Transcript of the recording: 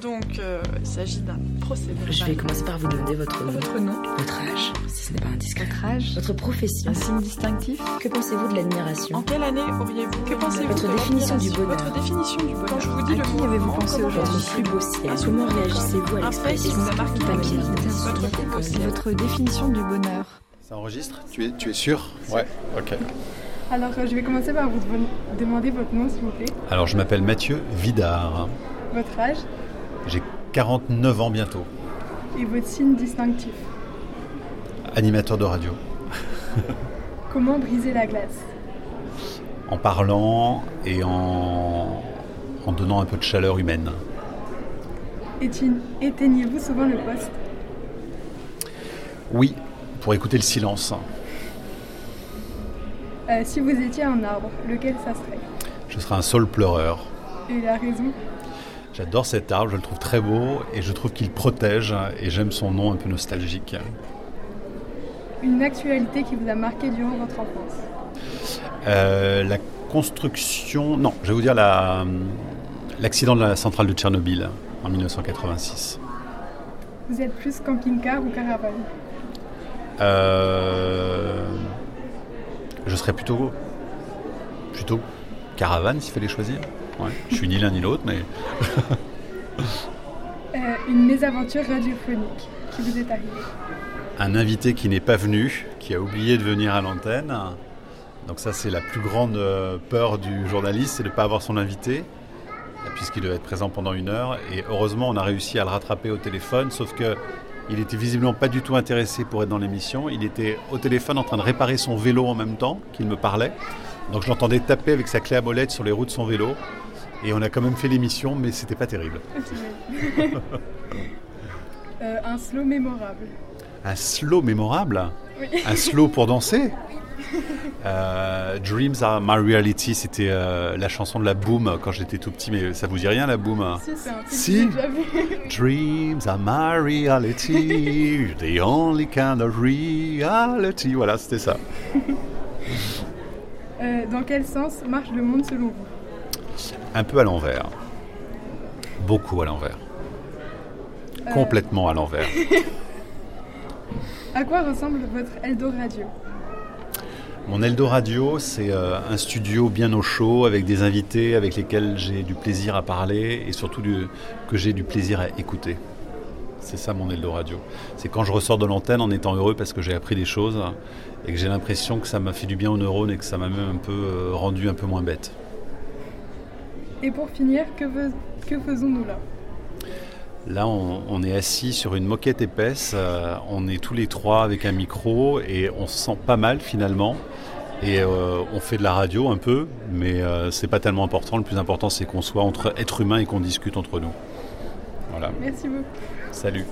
Donc, euh, il s'agit d'un procédé. Je vais commencer par vous demander votre, Votre nom votre âge, si ce n'est pas indiscret. Votre âge Votre profession. Un signe distinctif Que pensez-vous de En l'admiration quelle année auriez-vous Que pensez-vous Votre de définition l'admiration du bonheur. Votre définition du bonheur. Quand je vous dis À le qui mot avez-vous comment pensé vous aujourd'hui Votre réagissez plus beau ciel. Comment réagissez-vous à Un l'expression feuille qui vous a marqué du dans papier la vie. de Votre plus beau ciel. Votre définition du bonheur Ça enregistre tu es, tu es sûr Ouais, ok. Alors, euh, je vais commencer par vous demon- demander votre nom, s'il vous plaît, Alors, je m'appelle Mathieu Vidard. votre âge J'ai 49 ans bientôt. et votre signe distinctif. Animateur de radio. Comment briser la glace En parlant et en, en donnant un peu de chaleur humaine. Éti- Éteignez-vous souvent le poste Oui, pour écouter le silence. Euh, Si vous étiez un arbre, lequel ça serait Je serai un sol pleureur. Et la raison J'adore cet arbre, je le trouve très beau et je trouve qu'il protège et j'aime son nom un peu nostalgique. Une actualité qui vous a marqué durant votre enfance. Euh, la construction... Non, je vais vous dire la- euh, l'accident de la centrale de Tchernobyl en 1986. Vous êtes plus camping-car ou caravane Euh, je serais plutôt plutôt caravane s'il fallait choisir. Ouais, je suis ni l'un ni l'autre, mais Euh, Une mésaventure radiophonique qui vous est arrivée. un invité qui n'est pas venu, qui a oublié de venir à l'antenne. Donc ça, c'est la plus grande euh, peur du journaliste, c'est de ne pas avoir son invité, puisqu'il devait être présent pendant une heure. Et heureusement, on a réussi à le rattraper au téléphone, sauf que il était visiblement pas du tout intéressé pour être dans l'émission. Il était au téléphone en train de réparer son vélo en même temps qu'il me parlait. Donc je l'entendais taper avec sa clé à molette sur les roues de son vélo. Et on a quand même fait l'émission, mais c'était pas terrible. Euh, un slow mémorable. Un slow mémorable Oui. Un slow pour danser Euh, Dreams are my reality, c'était euh, la chanson de la Boom quand j'étais tout petit, mais ça vous dit rien la Boom Si, c'est un film Si. que j'ai déjà vu. Dreams are my reality, the only kind of reality. Voilà, c'était ça. Euh, dans quel sens marche le monde selon vous Un peu à l'envers. Beaucoup à l'envers. Complètement à l'envers. À quoi ressemble votre Eldo Radio Mon Eldo Radio, c'est euh, un studio bien au chaud avec des invités avec lesquels j'ai du plaisir à parler et surtout du- que j'ai du plaisir à écouter. C'est ça mon Eldo Radio. C'est quand je ressors de l'antenne en étant heureux parce que j'ai appris des choses et que j'ai l'impression que ça m'a fait du bien aux neurones et que ça m'a même un peu euh, rendu un peu moins bête. Et pour finir, que, veux- que faisons-nous là Là, on, on est assis sur une moquette épaisse. euh, on est tous les trois avec un micro et on se sent pas mal finalement. Et euh, on fait de la radio un peu, mais euh, c'est pas tellement important. Le plus important, c'est qu'on soit entre êtres humains et qu'on discute entre nous. Voilà. Merci beaucoup. Salut.